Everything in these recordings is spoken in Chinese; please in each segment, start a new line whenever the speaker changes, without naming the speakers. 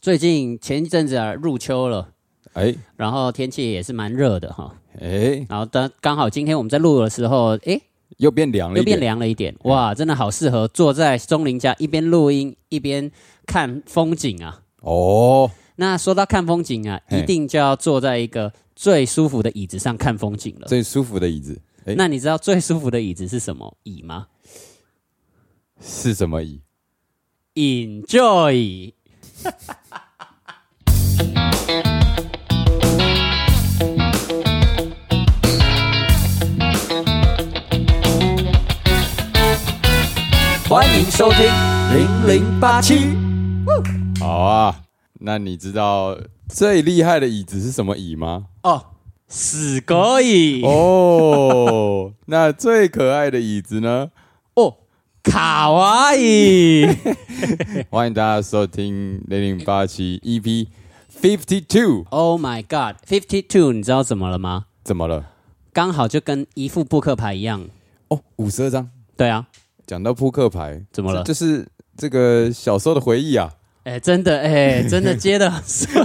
最近前一阵子啊，入秋了，
哎
然后天气也是蛮热的哈。
哎，
然后刚刚好今天我们在录的时候，诶，
又变凉了
又
一点，嗯
变凉了一点，哇，真的好适合坐在钟林家一边录音一边看风景啊。
哦，
那说到看风景啊，
嘿
一定就要坐在一个最舒服的椅子上看风景了。
最舒服的椅子哎
那你知道最舒服的椅子是什么椅吗
是什么椅？
？Enjoy。
欢迎收听零零八七。好啊，那你知道最厉害的椅子是什么椅吗？
哦，死狗椅哦
哦，那最可爱的椅子呢？哦
卡哇伊，
欢迎大家收听零零八七 EP Fifty Two。
Oh my God, fifty two，你知道怎么了吗？
怎么了？
刚好就跟一副扑克牌一样。
哦，五十二张。
对啊，
讲到扑克牌，
怎么了
这就是这个小时候的回忆啊。
哎、真的， 哎、真的接的很顺。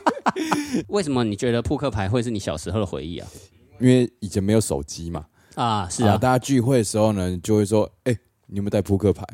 为什么你觉得扑克牌会是你小时候的回忆啊？
因为以前没有手机嘛，
啊，是啊，
大家聚会的时候呢，就会说，哎、你有没有带扑克牌？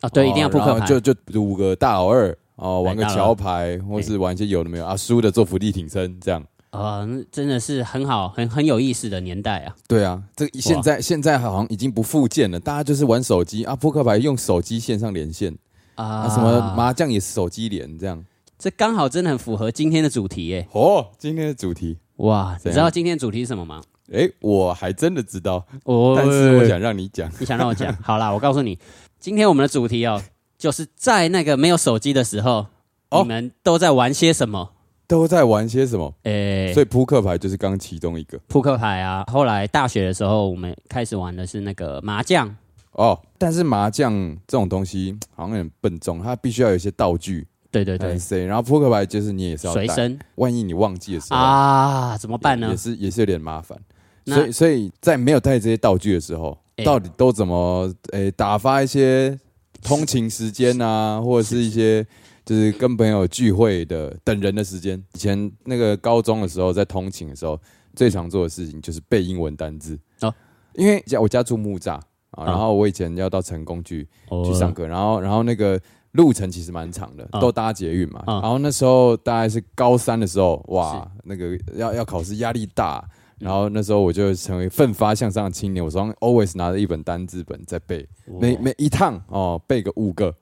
啊，对，
哦
一定要扑克
然
牌
后。就就赌个大老二哦，玩个
大老二
桥牌，或是玩一些有的没有啊，输的做伏地挺身这样。
啊、那真的是很好，很很有意思的年代啊。
对啊，这个现在现在好像已经不复见了，大家就是玩手机啊，扑克牌用手机线上连线
啊
啊，什么麻将也是手机连这样。
这刚好真的很符合今天的主题耶！
哦，今天的主题，
哇，你
怎样
知道今天的主题是什么吗？
哎、我还真的知道，
我
但是我想让你讲。
你想让我 讲，好啦，我告诉你，今天我们的主题哦，就是在那个没有手机的时候，
哦
你们都在玩些什么？哎
都在玩些什么？
诶、
所以扑克牌就是刚其中一个
扑克牌啊。后来大学的时候，我们开始玩的是那个麻将。
哦。但是麻将这种东西好像有点笨重，它必须要有一些道具，
对对对
对，，塞。然后扑克牌就是你也是要
随
带
身
万一你忘记的时候
啊，怎么办
也
呢
也？是也是有点麻烦。
那
所以所以在没有带这些道具的时候，
哎
到底都怎么诶、打发一些通勤时间啊，或者是一些就是跟朋友聚会的等人的时间？以前那个高中的时候，在通勤的时候，最常做的事情就是背英文单字
哦
因为家我家住木栅啊，
啊
然后我以前要到成功去去
哦
上课，然后然后那个路程其实蛮长的，
嗯
都搭捷运嘛。
嗯
然后那时候大概是高三的时候，哇，那个要要考试压力大，
嗯
然后那时候我就成为奋发向上的青年，我手上 always 拿着一本单字本在背，
哦
每每一趟哦背个五个，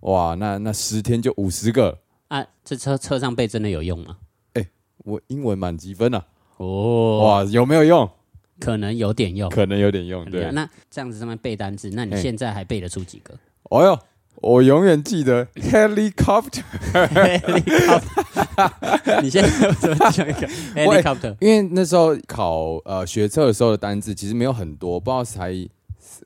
哇，那那十天就五十个，
啊，这车车上背真的有用吗？
我英文满积分啊，
哦，
哇，有没有用？
可能有点用。啊
可能有点用，对。哎
那这样子上面背单词，那你
嘿
现在还背得出几 个？
哦哟，我永远记得 helicopter。
你现在怎么讲一 个 helicopter？
因为那时候考呃学测的时候的单字其实没有很多，不知道才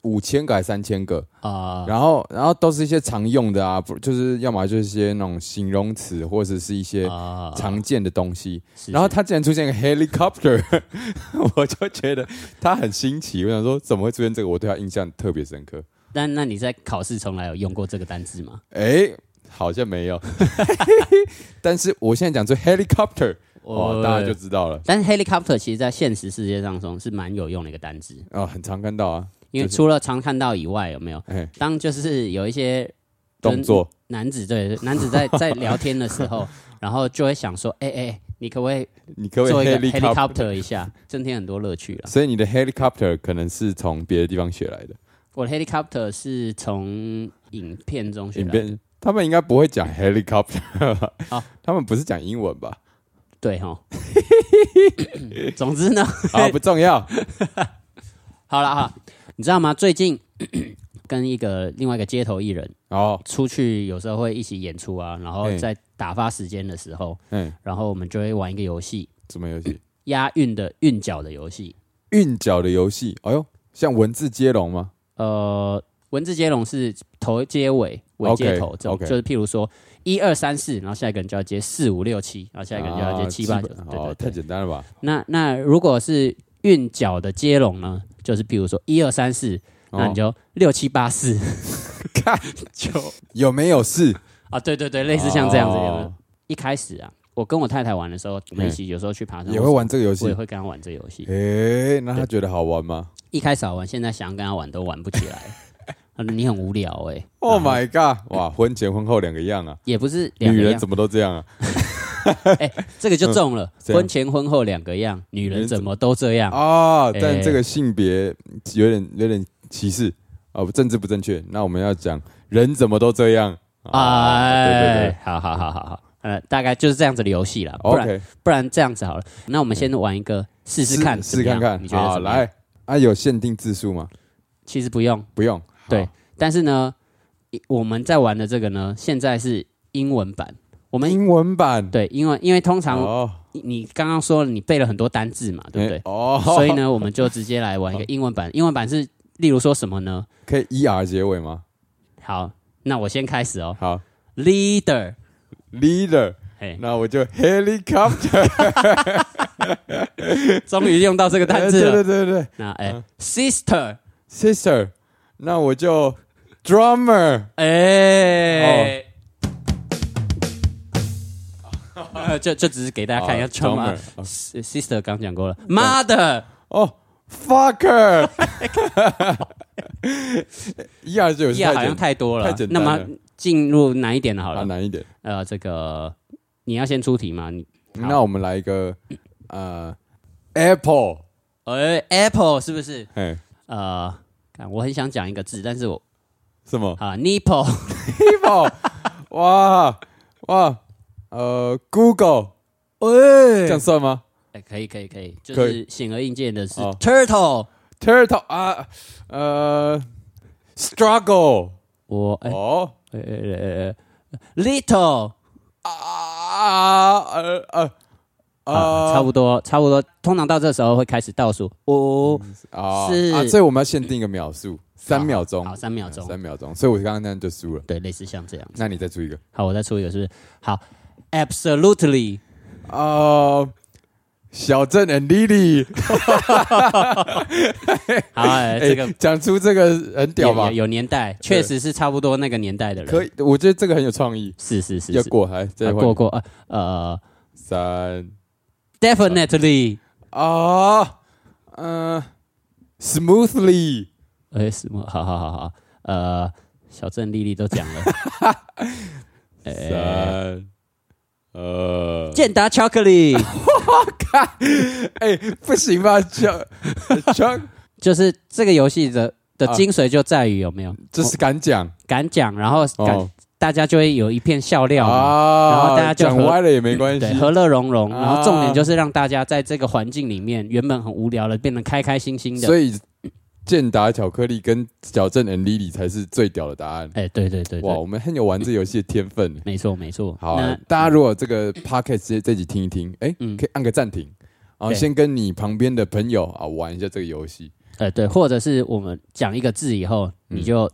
五千个还三千个，
啊
然后然后都是一些常用的啊，不就是要么就是一些那种形容词，或者是一些
啊
常见的东西。
是
然后它竟然出现一个 helicopter，我 就觉得它很新奇。我想说怎么会出现这个？我对它印象特别深刻。
那那你在考试从来有用过这个单字吗？
哎，好像 没有，但是我现在讲出 helicopter，哦，大家就知道了。
但是 helicopter 其实在现实世界当中是蛮有用的一个单字，
啊、很常看到啊，
因为
就是
除了常看到以外，有没有？
哎，
当就是有一些
动作
男子对男子 在在聊天的时候，然后就会想说，哎、哎、你可不可以
你可不
做
可
一
以
个
helicopter？
helicopter 一下，增添很多乐趣了。
所以你的 helicopter 可能是从别的地方学来的。
我的 helicopter 是从影片中学
影
来的，哦
片他们应该不会讲 helicopter 吧？
好
他们不是讲英 文吧？
对哈。 总之呢，
啊，不重要。
好了哈，你知道吗？最近 跟一个另外一个街头艺人
哦，
出去，有时候会一起演出啊，然后
嗯
在打发时间的时候，
嗯，
然后我们就会玩一个游戏，
什么游
嗯
戏？
押韵的韵脚的游戏。
韵脚的游戏。哎呦，像文字接龙吗？
呃，文字接龙是头接尾，尾接头
OK，
这种
OK
就是譬如说一二三四，然后下一个人就要接四五六七，然后下一个人就要接
啊
七八
基
九，
本
对
哦，
对对。
太简单了吧？
那那如果是韵脚的接龙呢，就是譬如说一二三四，那
哦
你就六七八四
看
就
有没有事？
啊，对对对，类似像这样子有没有
哦
一开始啊，我跟我太太玩的时候，我们一起有时候去爬山，
也会玩这个游戏
我也。会跟她玩这个游戏。
诶，那他觉得好玩吗
一开始好玩，现在想跟她玩都玩不起来。 她说你很无聊哎、
？Oh my god！哇，婚前婚后两个样啊，
也不是两
女
个
人
样，
怎么都这样啊？
这个就中了。
这样
婚前婚后两个样，女
人
人
怎
怎么都这样？
啊，
哎
但这个性别有点有点歧视啊，政治不正确。那我们要讲人怎么都这样啊？对对
哎
对，，哦
好好好好好，呃，大概就是这样子的游戏啦。不然
，OK，
不然这样子好了，那我们先玩一个试试看，
试试看看
你觉得
啊，
怎么样？
来啊，有限定字数吗？
其实不用，
不用，好
对但是呢，一我们在玩的这个呢，现在是英文版。我们
英文版，
对，因为因为通常
哦，
你你刚刚说了你背了很多单字嘛，对不
哎
对？
哦，
所以呢，我们就直接来玩一个英文版。英文版是例如说什么呢？
可以 er 结尾吗？
好，那我先开始哦。
好
Leader，
，leader，
哎，
那我就 helicopter，
终于用到这个 单
对
字
对嗯
了。
对对
那哎，Sister，
，sister，那我就 drummer，哦
哎。呃就就只是给大家看一下
哦嗯
穿嘛
drummer，哦
S-，sister 刚讲过了，mother
哦，fucker，一二九
一好
太
像
简
太多了
太，简
那
单了
么进入难一点的好
啊
了，
难一点。
呃，这个你要先出题嘛？你好
那我们来一个呃，apple，
呃，Apple 是不是？
哎，
呃，看我很想讲一个字，但是我
什么
啊，nipple
apple？哇哇，呃，Google，这样
喂，
算吗
哎可以可以可以，就
可
是显而易见的是
哦
turtle。
？Turtle 啊，呃，struggle，
我哎
哦。
呃呃呃呃，little
啊呃呃
啊，差
不
不多差不多，通常到这时候会开始倒数，哦五
啊
是
啊，所以我们要限定一个秒数，三秒钟，
好三秒钟
三秒钟。所以我刚刚那样就输了。
对，类似像这样。
那你再出一个
好，我再出一个，是不是？好，absolutely
啊，小镇 and Lily，
好， 哎这个
哎讲出这个很屌
有
吧
有？有年代，确实是差不多那个年代的人。
可以，我觉得这个很有创意。
是是是
要
是，
过，来
啊
再换
过过呃呃
三
，definitely，
啊，嗯，smoothly
哎什么？好好好好，呃，小镇丽丽都讲 了，哎，
三呃，
健达巧克力
哎不行吧？乔 乔
就是这个游戏 的的
啊
精髓就在于有没有
就是敢讲
敢讲，然后敢
哦。
大家就会有一片笑料嘛。
啊
然后大家就
讲
和
歪了也没关系
对，。和乐融融，
啊
然后重点就是让大家在这个环境里面，原本很无聊的，变得开开心心的。
所以健达巧克力跟矫正 and Lily 才是最屌的答案。
哎，对对对
哇，
对，
我们很有玩这游戏的天 分。
没错没错。
好、
那
啊，大家如果这个 podcast 这这集听一听，哎、
嗯
可以按个暂停，然后
对
先跟你旁边的朋友啊玩一下这个游戏。
呃，对，或者是我们讲一个字以后，
嗯
你就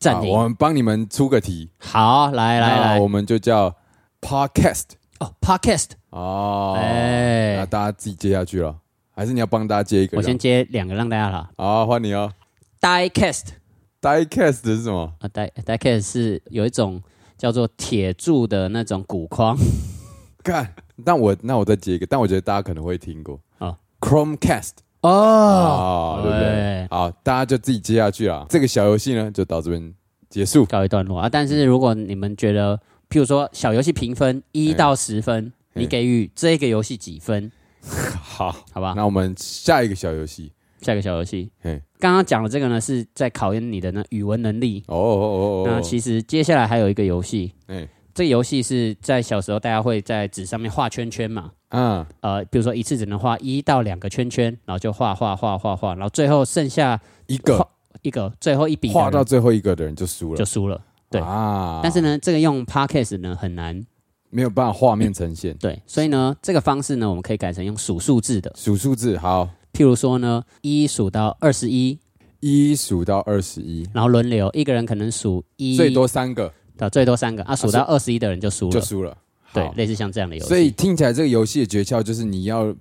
暂停。
啊我们帮你们出个题，
好，来来
啊那
来
我，们就叫 podcast
哦，podcast，
哦，
哎
那大家自己接下去了，还是你要帮大家接一个？
我先接两个让大家啦。
啊，换你哦。
diecast
diecast 是什么？
啊，die diecast 是有一种叫做铁铸的那种钴框，
干，那我那我再接一个，但我觉得大家可能会听过
啊
啊，Chromecast
哦，
啊，对不对
对？
好，大家就自己接下去啊了。这个小游戏呢，就到这边结束。
告一段落啊。但是如果你们觉得，譬如说小游戏评分一
嗯
到十分，你
嗯
给予这个游戏几分？
好，
好吧，
那我们下一个小游戏，
下一个小游戏
嘿，
刚刚讲的这个呢，是在考验你的那语文能力。
哦哦哦
那
哦
其实接下来还有一个游戏，
哎
这个游戏是在小时候大家会在纸上面画圈圈嘛，
哦，啊，
呃，比如说一次只能画一到两个圈圈，然后就画画画画画，然后最后剩下
一个
画一个最后一笔的
画到
人
最后一个的人就输了，
就输了。对
啊，
但是呢，这个用 podcast 呢很难，
没有办法画面呈现，
对，所以呢，这个方式呢，我们可以改成用数数字的，
数数字，好，
譬如说呢，一数到二十一，
一数到二十一，
然后轮流，一个人可能数一，
最多三个
到最多三个啊，数到二十一的人就输
就
了，
输了，
对，
好
类似像这样的游戏。
所以听起来这个游戏的诀窍就是你要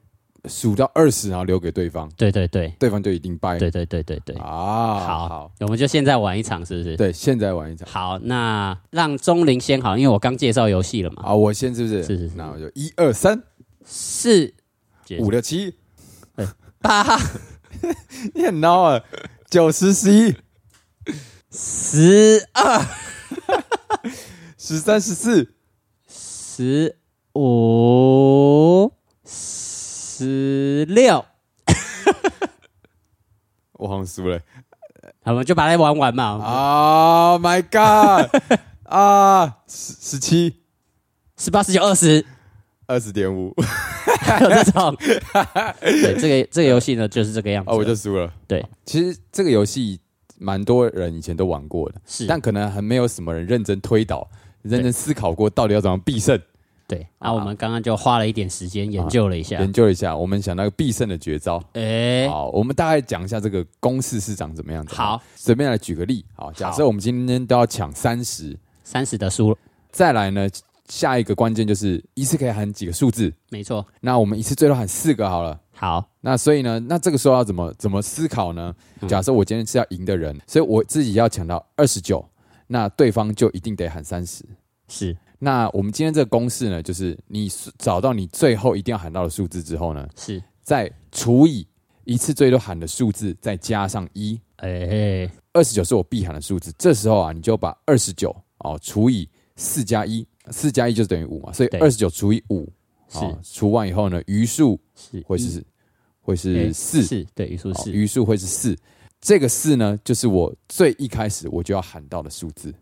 数到二十，然后留给对方，
对对对
对方就一定掰。
对对对对对，
啊，
好
好，
我们就现在玩一场，是不是？
对，现在玩一场。
好，那让钟林先好，因为我刚介绍游戏了嘛。
好，我先是不是？
是是是
那我就一二三
四解
五六七
八
你很孬啊，九十十一
十二
十三十四
十五十六，
我好像输了。
好，我们就把它玩完嘛。
啊、oh、，My God！啊，十十七
十八、十九、二 十，
二十点五
有这种。对，这个这个游戏呢，就是这个样子。
啊，我就输了。
对，
其实这个游戏蛮多人以前都玩过的，
是，
但可能还没有什么人认真推导、认真思考过到底要怎么必胜。
对。啊，我们刚刚就花了一点时间研究了一下。
研究一下，我们想到一个必胜的绝招。
哎，
好，我们大概讲一下这个公式是长怎么样子。
好，
随便来举个例。好，假设我们今天都要抢三十，
三十的输了，
再来呢，下一个关键就是一次可以喊几个数字。
没错。
那我们一次最多喊四个好了。
好，
那所以呢，那这个时候要怎么怎么思考呢？
嗯
假设我今天是要赢的人，所以我自己要抢到二十九，那对方就一定得喊三十。
是
那我们今天这个公式呢，就是你找到你最后一定要喊到的数字之后呢，
是。
再除以一次最多喊的数字，再加上一，
哎，
二十九是我必喊的数字。这时候啊，你就把二十九哦除以四加一，四加一就等于五嘛，所以
对
二十九除以五，哦，除完以后呢，余数
是
会
一
是会
嗯哎
是四，
是对余数
哦
四，
余数会是四。这个四呢，就是我最一开始我就要喊到的数字。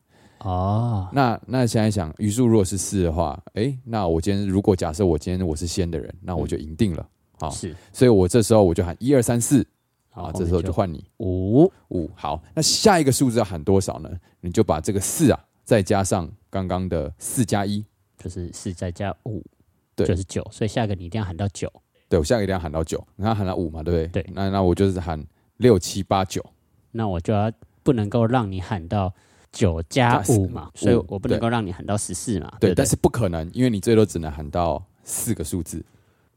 哦，
那那想一想，余数如果是四的话，诶，那我今天如果假设我今天我是先的人，
嗯
那我就赢定了。好、
是，
所以我这时候我就喊一二三四啊，
好
这时候就换你
五
五。好，那下一个数字要喊多少呢？你就把这个四啊，再加上刚刚的四加一。
就是四再加五，
对
就是九，所以下一个你一定要喊到九，
对我下个一定要喊到九，你看喊到五嘛，对不对？
对
那那我就是喊六七八九。
那我就要不能够让你喊到九加
加
五
五
嘛，所以
五
我不能够让你喊到十四嘛，对
对，
不对，
但是不可能，因为你最多只能喊到四个数字。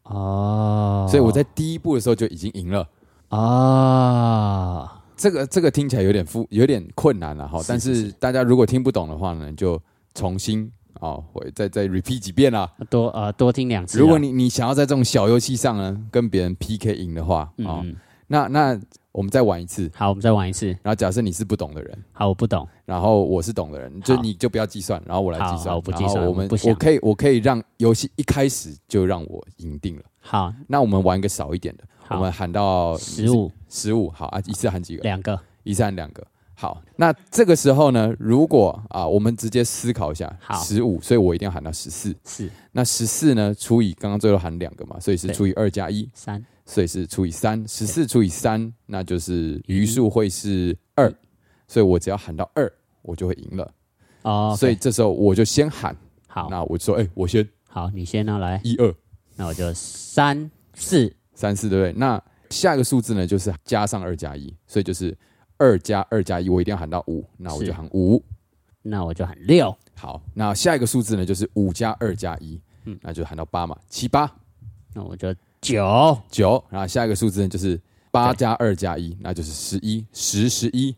哦，
所以我在第一步的时候就已经赢了。
哦，
这个这个听起来有点复有点困难啊了哈
是，
但
是
是大家如果听不懂的话呢，你就重新哦，我再再 repeat 几遍啦。
多呃多听两次啊，
如果你你想要在这种小游戏上呢跟别人 PK 赢的话，
嗯
哦，
嗯，
那那我们再玩一次。
好，我们再玩一次，
然后假设你是不懂的人，
好，我不懂，
然后我是懂的人，就
好
你就不要计算，然后我来计
好
算，
好我不计
然后
算
我
我
们
不想
我可以我可以让游戏一开始就让我赢定了。
好，
那我们玩一个少一点的，我
好
们喊到
十五
十五，好啊，一次喊几个？
两个，
一三两个。好，那这个时候呢，如果啊，我们直接思考一下，
好
十五，所以我一定要喊到十四。
四
那十四呢，除以刚刚最后喊两个嘛，所以是
对
除以二加一，
三
所以是除以三，十四除以三，那就是余数会是二，所以我只要喊到二，我就会赢了。
哦，
所以
OK，
这时候我就先喊，
好
那我就说，哎、我先
好，你先呢来，
一二
那我就三四
三四，对不对？那下一个数字呢，就是加上二加一，所以就是二加二加一，我一定要喊到五，那我
是
就喊五。
那我就喊六，
好，那下一个数字呢，就是五加二加一，嗯，那就喊到八嘛，七八
那我就九
九，然后下一个数字呢就是八加二加一，那就是十一，十十一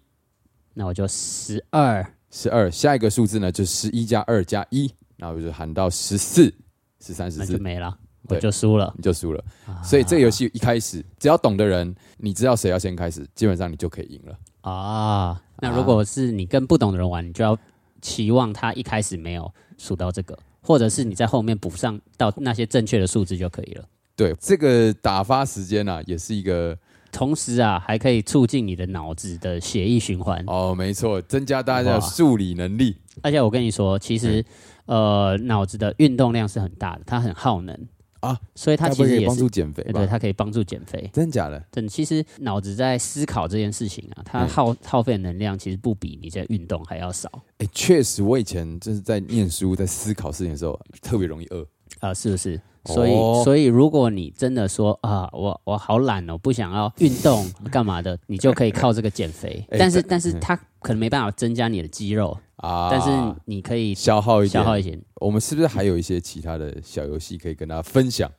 那我就十二、
十二，下一个数字呢就是十一加二加一，然后就喊到十四，十三十
那就啊
四。
没了，我
对
就输了。
你就输了，所以这个游戏一开始，只要懂的人，你知道谁要先开始，基本上你就可以赢了。
啊，那如果是你跟不懂的人玩，你就要期望他一开始没有数到这个，或者是你在后面补上到那些正确的数字就可以了。
对，这个打发时间啊，也是一个
同时啊，还可以促进你的脑子的血液循环。
哦，没错，增加大家的
哇
数理能力。
而且我跟你说，其实、
嗯
呃，脑子的运动量是很大的，它很耗能
啊，
所以它
该不
其
会可
实
以
也
帮
是
助减肥
对，
吧
对，？它可以帮助减肥。
真的假的？
真的，其实脑子在思考这件事情啊，
嗯
它耗、耗费的能量其实不比你在运动还要少。
哎、确实，我以前就是在念书、在思考事情的时候，特别容易饿。
啊，是不是？
哦
所以，所以如果你真的说啊，我我好懒哦，不想要运动干嘛的，你就可以靠这个减肥。
哎
但是，
但
但是它可能没办法增加你的肌肉，
啊
但是你可以
消耗一点，
消耗一点。
我们是不是还有一些其他的小游戏可以跟大家分享？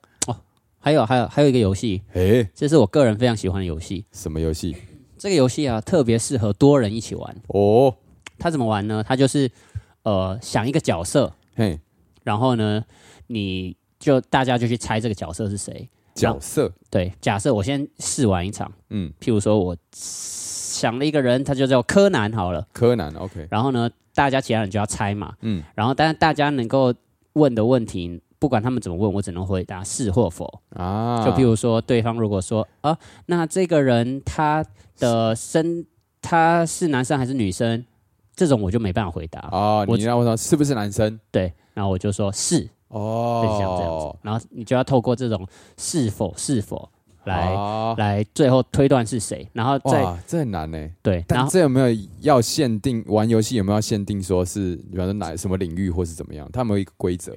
还有还有还有一个游戏，
诶，
这是我个人非常喜欢的游戏。
什么游戏？
这个游戏啊，特别适合多人一起玩。
哦，
它怎么玩呢？它就是呃想一个角色，
嘿，
然后呢，你就大家就去猜这个角色是谁。
角色，
对，假设我先试玩一场，
嗯，
譬如说我想了一个人，他就叫柯南好了。
柯南，OK，
然后呢，大家其他人就要猜嘛，
嗯，
然后但是大家能够问的问题，不管他们怎么问，我只能回答是或否。
啊，
就譬如说，对方如果说啊，那这个人他的身他是男生还是女生，这种我就没办法回答。
啊，
我
你让我说是不是男生？
对，然后我就说是，
哦，
对，像这样子。然后你就要透过这种是否是否来、
啊
来最后推断是谁，然后再
哇，这很难呢。
对，然
哦但
后
这有没有要限定玩游戏有没有要限定说是，比方说哪什么领域或是怎么样？他们有一个规则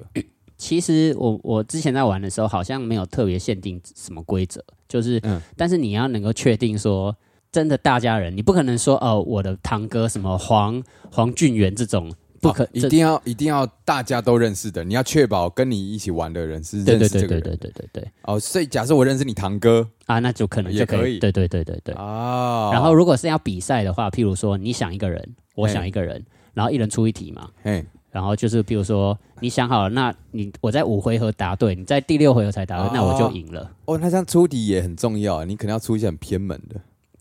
其实我我之前在玩的时候，好像没有特别限定什么规则，就是，
嗯
但是你要能够确定说，真的大家人，你不可能说哦，我的堂哥什么黄黄俊元这种，不可、
啊一
这
定要一定要大家都认识的，你要确保跟你一起玩的人是
对
认
对
识
对
这个
对
人
对对对对
哦。所以假设我认识你堂哥
啊，那就可能
也
就可以，
可以
对对对对对。
啊，
然后如果是要比赛的话，譬如说你想一个人，我
嘿
想一个人，然后一人出一题嘛，
哎，
然后就是，比如说你想好了，那你我在五回合答对，你在第六回合才答对，
哦
那我就赢了。
哦，那这样出题也很重要，你可能要出一些很偏门的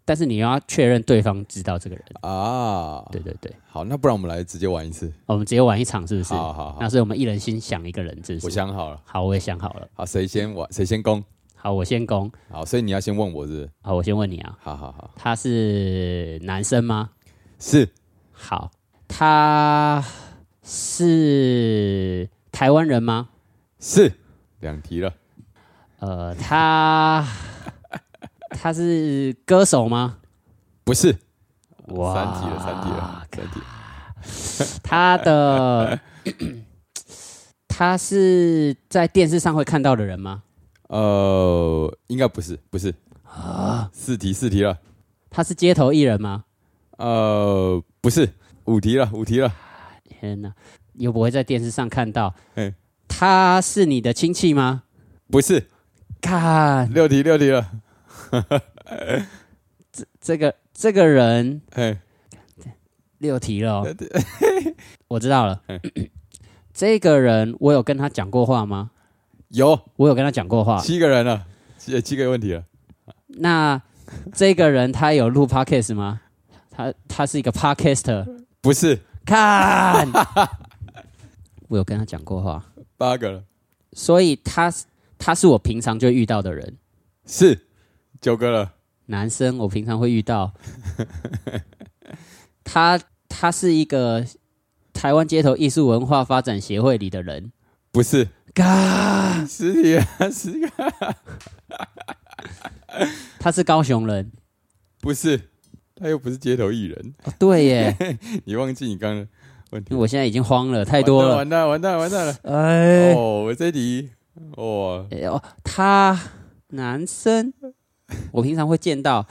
但是你要确认对方知道这个人。
啊。
对，对对，
好，那不然我们来直接玩一次。
我们直接玩一场是不是？
好好好
那，所以我们一人先想一个人，是不是？
我想好了。
好，我也想好了。
好，谁先玩？谁先攻？
好，我先攻。
好，所以你要先问我是不是？
好，我先问你啊，
好好好，
他是男生吗？
是
好，他是台湾人吗？
是，两题了。
呃，他他是歌手吗？
不是，
哇
三题了，三题了，三题了。
他的他是在电视上会看到的人吗？
呃，应该不是，不是啊，四题四题了，
他是街头艺人吗？
呃，不是五题了，五题了，
天哪，又不会在电视上看到
嗯。
他是你的亲戚吗？
不是
看
六题六题了，
这个这个人
哎，
六题了哦、 我知道了。 这个人我有跟他讲过话吗？
有
我有跟他讲过话。
七个人了，七七个问题了，
那这个人他有录 podcast 吗？他他是一个 podcaster。
不是
看，我有跟他讲过话。
八个了，
所以他是他是我平常就会遇到的人，
是九个了，
男生我平常会遇到。 他他是一个台湾街头艺术文化发展协会里的人。
不是啊
嘎，
十题了，十个
他是高雄人。
不是，他又不是街头艺人，
哦对 耶，
你忘记你刚刚的问题
因为我现在已经慌了，太多了。
完蛋完蛋完蛋完蛋
哎
了，，哦，我这题，哦，
哎哦，他男生，我平常会见到。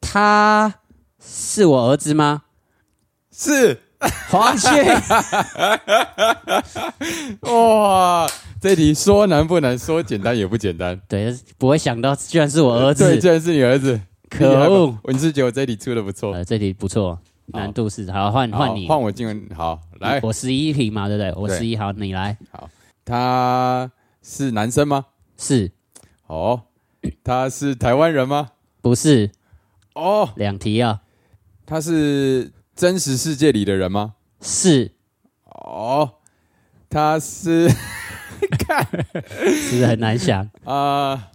他是我儿子吗？
是。
黄旭，
哇，这题说难不难，说简单也不简单。
对，不会想到居然是我儿
对，
子
居，然是你儿子，
可
厉害吧
恶！！
我是觉得我这题出的不错，
呃，这题不错，难度是好，换
好
换你，
换我进入。好，来，
我十一题嘛，对不对？我
对
十一，好，你来，
他是男生吗？
是
哦，他是台湾人吗？
不是
哦，
两题啊？
他是真实世界里的人吗？
是
哦，他是
是不是很难 想？
啊、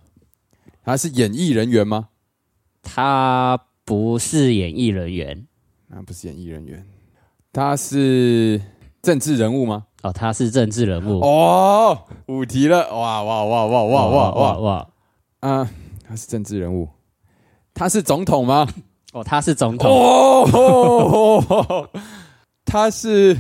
他是演艺人员吗？
他不是演艺人员
啊，不是演艺人员，他是政治人物吗？
哦，他是政治人物。
哦，五题了，哇哇哇哇哇哇哇！
哦哇！
啊、他是政治人物，他是总统吗？
哦，他是总统，
哦，他是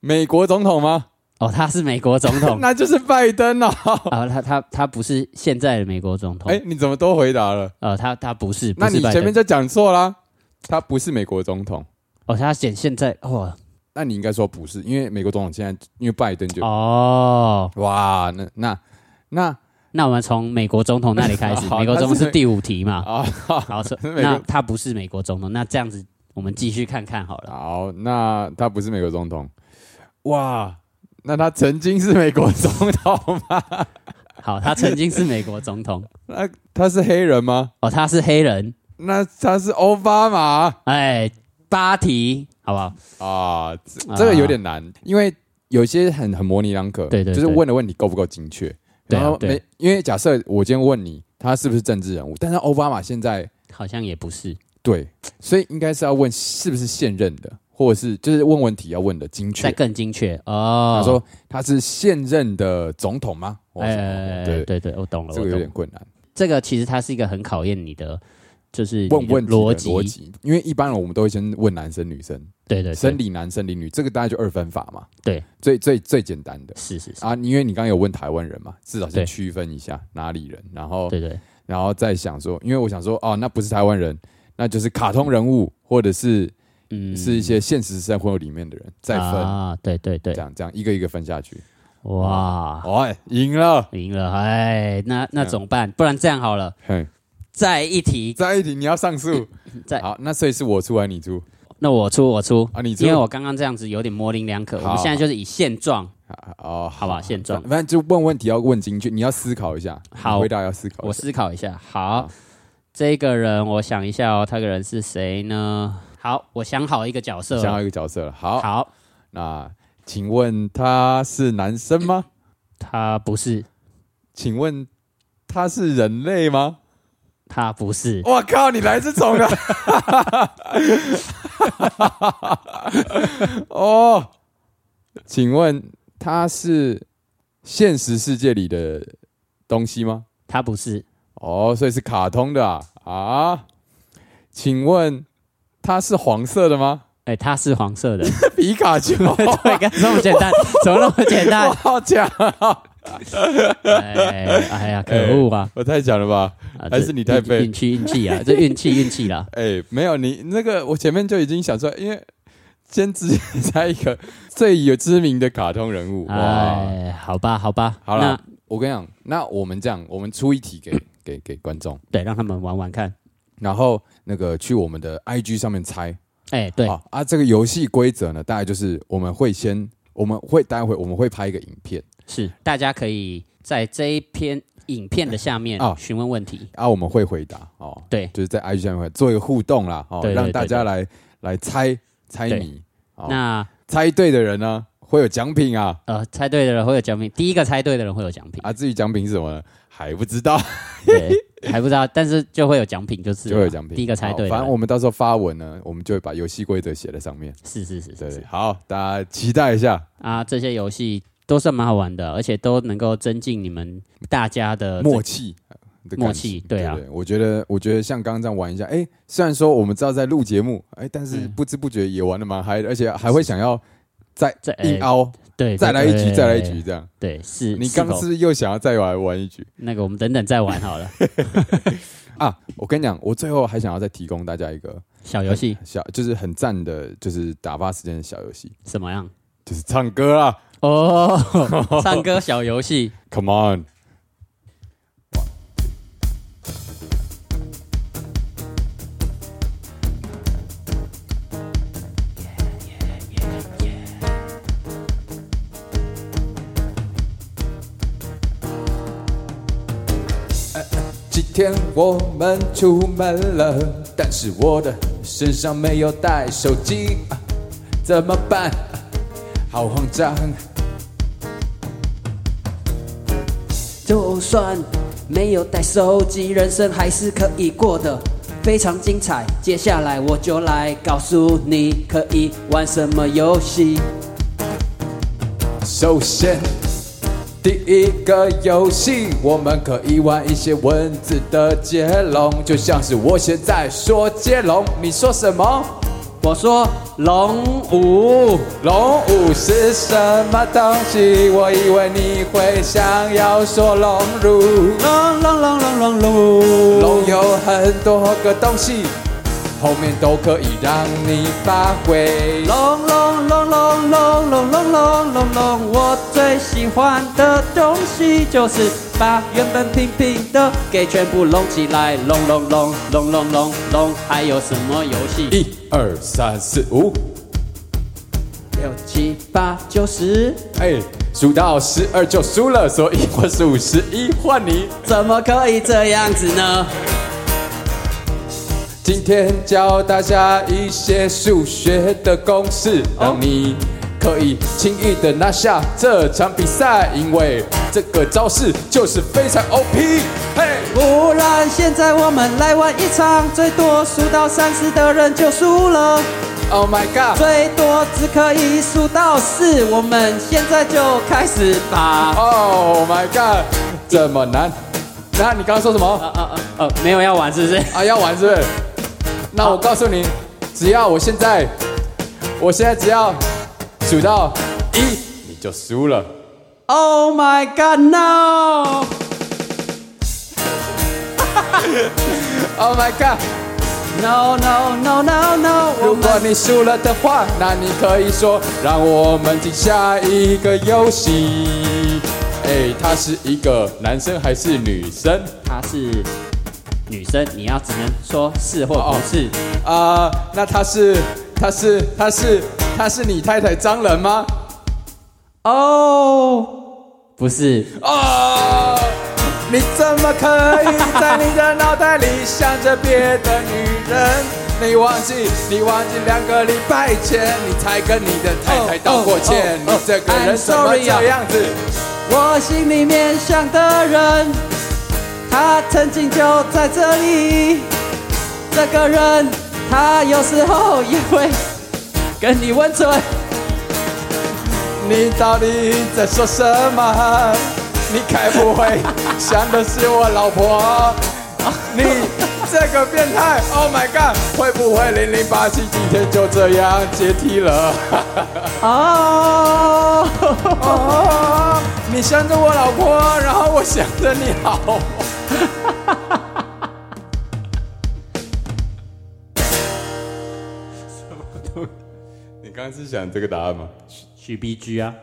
美国总统吗？
哦，他是美国总统。
那就是拜登了、哦。
啊，他他他不是现在的美国总统
哎、，你怎么都回答了？
呃，他他不是，
那
不是
你
拜
前面
登
就讲错啦，他不是美国总统。
哦，他选现在哦
那你应该说不是，因为美国总统现在因为拜登就、
哦，
哇，那那那
那我们从美国总统那里开始，
好
美国总
他
统
是
是第五题嘛？
啊，
好，所
美国
那他不是美国总统，那这样子我们继续看看好了。
好，那他不是美国总统，哇，那他曾经是美国总统吗？
好，他曾经是美国总统，
那他是黑人吗？
哦，他是黑人，
那他是奥巴马
哎，八题好不好？
啊，这这个有点难，因为有些很很模棱两可，
对对对
就是问的问题够不够精确。
对啊
然后
对
没，因为假设我今天问你他是不是政治人物，但是奥巴马现在
好像也不是。
对，所以应该是要问是不是现任的，或者是就是问问题要问的精确
再。更精确
他
哦。
说他是现任的总统吗？我
哎，
想
哎，哎
对，
对对，我懂了，
这
我
个有
懂
点
了。
困难。
这个其实它是一个很考验你的，就是
问
你的
问题的
逻
逻
辑，
辑，因为一般人我们都会先问男生女生，
对对
生
对，
理男生理女，这个大概就二分法嘛。
对，
最最最简单的
是是是，
啊，因为你刚刚有问台湾人嘛，至少先
对
区分一下哪里人，然后
对对
然后再想说，因为我想说哦，那不是台湾人，那就是卡通人物或者是
嗯，
是一些现实生活里面的人，再分
啊，对对对
这，样这样一个一个分下去。
哇，
哦，哎赢了，
赢了，哎，那那
嗯
怎么办？不然这样好了，
嘿，
再一题，
再一题你要 上诉
再，
好，那所以是我出还是你出
那我出我出，
啊？你出
因为我刚刚这样子有点模棱两可，我
好
们现在就是以现状，
啊哦，
好吧，现状
反，反正就问问题要问精确，你要思考一下，
好
你回答要思考
我
一下。
思考一下，好
好，
这个人我想一下哦，他个人是谁呢？好，我想好一个角色
想
了，
要一个角色了，好，
好，
那请问他是男生吗？
他不是，
请问他是人类吗？
他不是，
我靠，你来这种啊的！ 哦，请问他是现实世界里的东西吗？
他不是，
哦，所以是卡通的啊！啊，请问它是黄色的吗？
哎、他是黄色的，
皮卡 丘，
对，干这么简单，怎么那么简单？
好强啊！
哎，哎呀，可恶啊！
我太强了吧？
啊
哎还是
这
你太背
运运气运气啊，这运气运气啦。
哎、没有你那个，我前面就已经想说，因为先直接猜一个最有知名的卡通人物。 哇，
哎，好吧，好吧，
好
那
了，我跟你讲，那我们这样，我们出一题 给给给观众，
对，让他们玩玩看。
然后那个去我们的 IG 上面猜。
哎，对，
好啊，这个游戏规则呢，大概就是我们会先，我们会待会我们会拍一个影片。
是大家可以在这一篇影片的下面
啊
询问问题。
啊，我们会回答哦，
对
就是在 IG 上面做一个互动啦，哦，
对对
让大家来来猜猜
对
谜，哦
那
猜对的人呢会有奖品啊，
呃，猜对的人会有奖品，第一个猜对的人会有奖品，
啊，至于奖品是什么呢还不知道，
对，还不知道，但是就会有奖品，就是
就会有
了
奖品。
第一个猜
好
对的人，
反正我们到时候发文呢，我们就会把游戏规则写在上面。
是是是是
对
是
对，好，大家期待一下
啊，这些游戏都算蛮好玩的，而且都能够增进你们大家的
默契的
呃
感情。
默契对啊
对，我觉得，我觉得像刚刚这样玩一下，哎，虽然说我们知道在录节目，哎，但是
嗯
不知不觉也玩的蛮嗨的，而且还会想要再
再哎
硬凹，
对，
再来一局，
对
再来一局，，这样。
对，是
你
是哦
刚
否
是不是又想要再玩玩一局
那个，我们等等再玩好了，
啊？我跟你讲，我最后还想要再提供大家一个
小游 戏
小，就是很赞的，就是打发时间的小游戏，
怎么样？
就是唱歌啊啦。
哦，唱歌小游戏，
Come on，今天我们出门了，但是我的身上没有带手机，啊怎么办？啊好慌张。
就算没有带手机，人生还是可以过得非常精彩。接下来我就来告诉你可以玩什么游戏。
首先，第一个游戏，我们可以玩一些文字的接龙，就像是我现在说接龙，你说什么？
我说龙舞，
龙舞是什么东西？我以为你会想要说龙乳。
龙龙龙龙龙龙舞，
龙有很多个东西，后面都可以让你发挥。
隆隆隆隆隆隆隆隆隆隆，我最喜欢的东西就是把原本平平的给全部隆起来。隆隆隆隆隆隆隆，还有什么游戏？
一二三四五，
六七八九十，
哎，数到十二就输了，所以我数十一换你。
怎么可以这样子呢？
今天教大家一些数学的公式，让你可以轻易的拿下这场比赛，因为这个招式就是非常 OP。嘿，
不然现在我们来玩一场，最多数到三十的人就输了。
Oh my god！
最多只可以数到四，我们现在就开始吧。
Oh my god！这么难？那你刚刚说什么？
呃呃呃，没有要玩是不是？
啊，要玩是不是？那我告诉你，只要我现在，我现在只要数到一，你就输了。
Oh my god, no！
Oh my god！
No no no no no！我
如
们
果你输了的话，那你可以说让我们进下一个游戏。哎，他是一个男生还是女生？
她是女生，你要只能说是或不是。
啊、那他是他是他是他是你太太张人吗？
哦、不是，
哦，你怎么可以在你的脑袋里想着别的女人？你忘记，你忘记两个礼拜前你才跟你的太太道过歉，
哦哦哦
你这个
I'm
人怎么
sorry 啊
这样子？
我心里面想的人，他曾经就在这里。这个人，他有时候也会跟你温存。
你到底在说什么？你该不会想的是我老婆？你这个变态！Oh my god！会不会零零八七今天就这样解体了？
哦、
哦，你想着我老婆，然后我想着你好。你刚刚是想这个答案吗？
许 B G 啊，